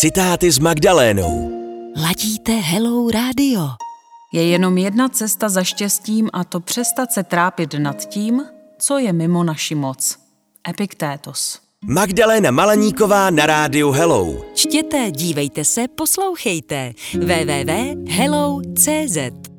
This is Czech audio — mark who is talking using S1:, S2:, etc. S1: Citáty s Magdalénou.
S2: Ladíte Hello Radio.
S3: Je jenom jedna cesta za štěstím a to přestat se trápit nad tím, co je mimo naši moc. Epiktétos.
S1: Magdaléna Malaníková na rádiu Hello.
S2: Čtěte, dívejte se, poslouchejte. www.hello.cz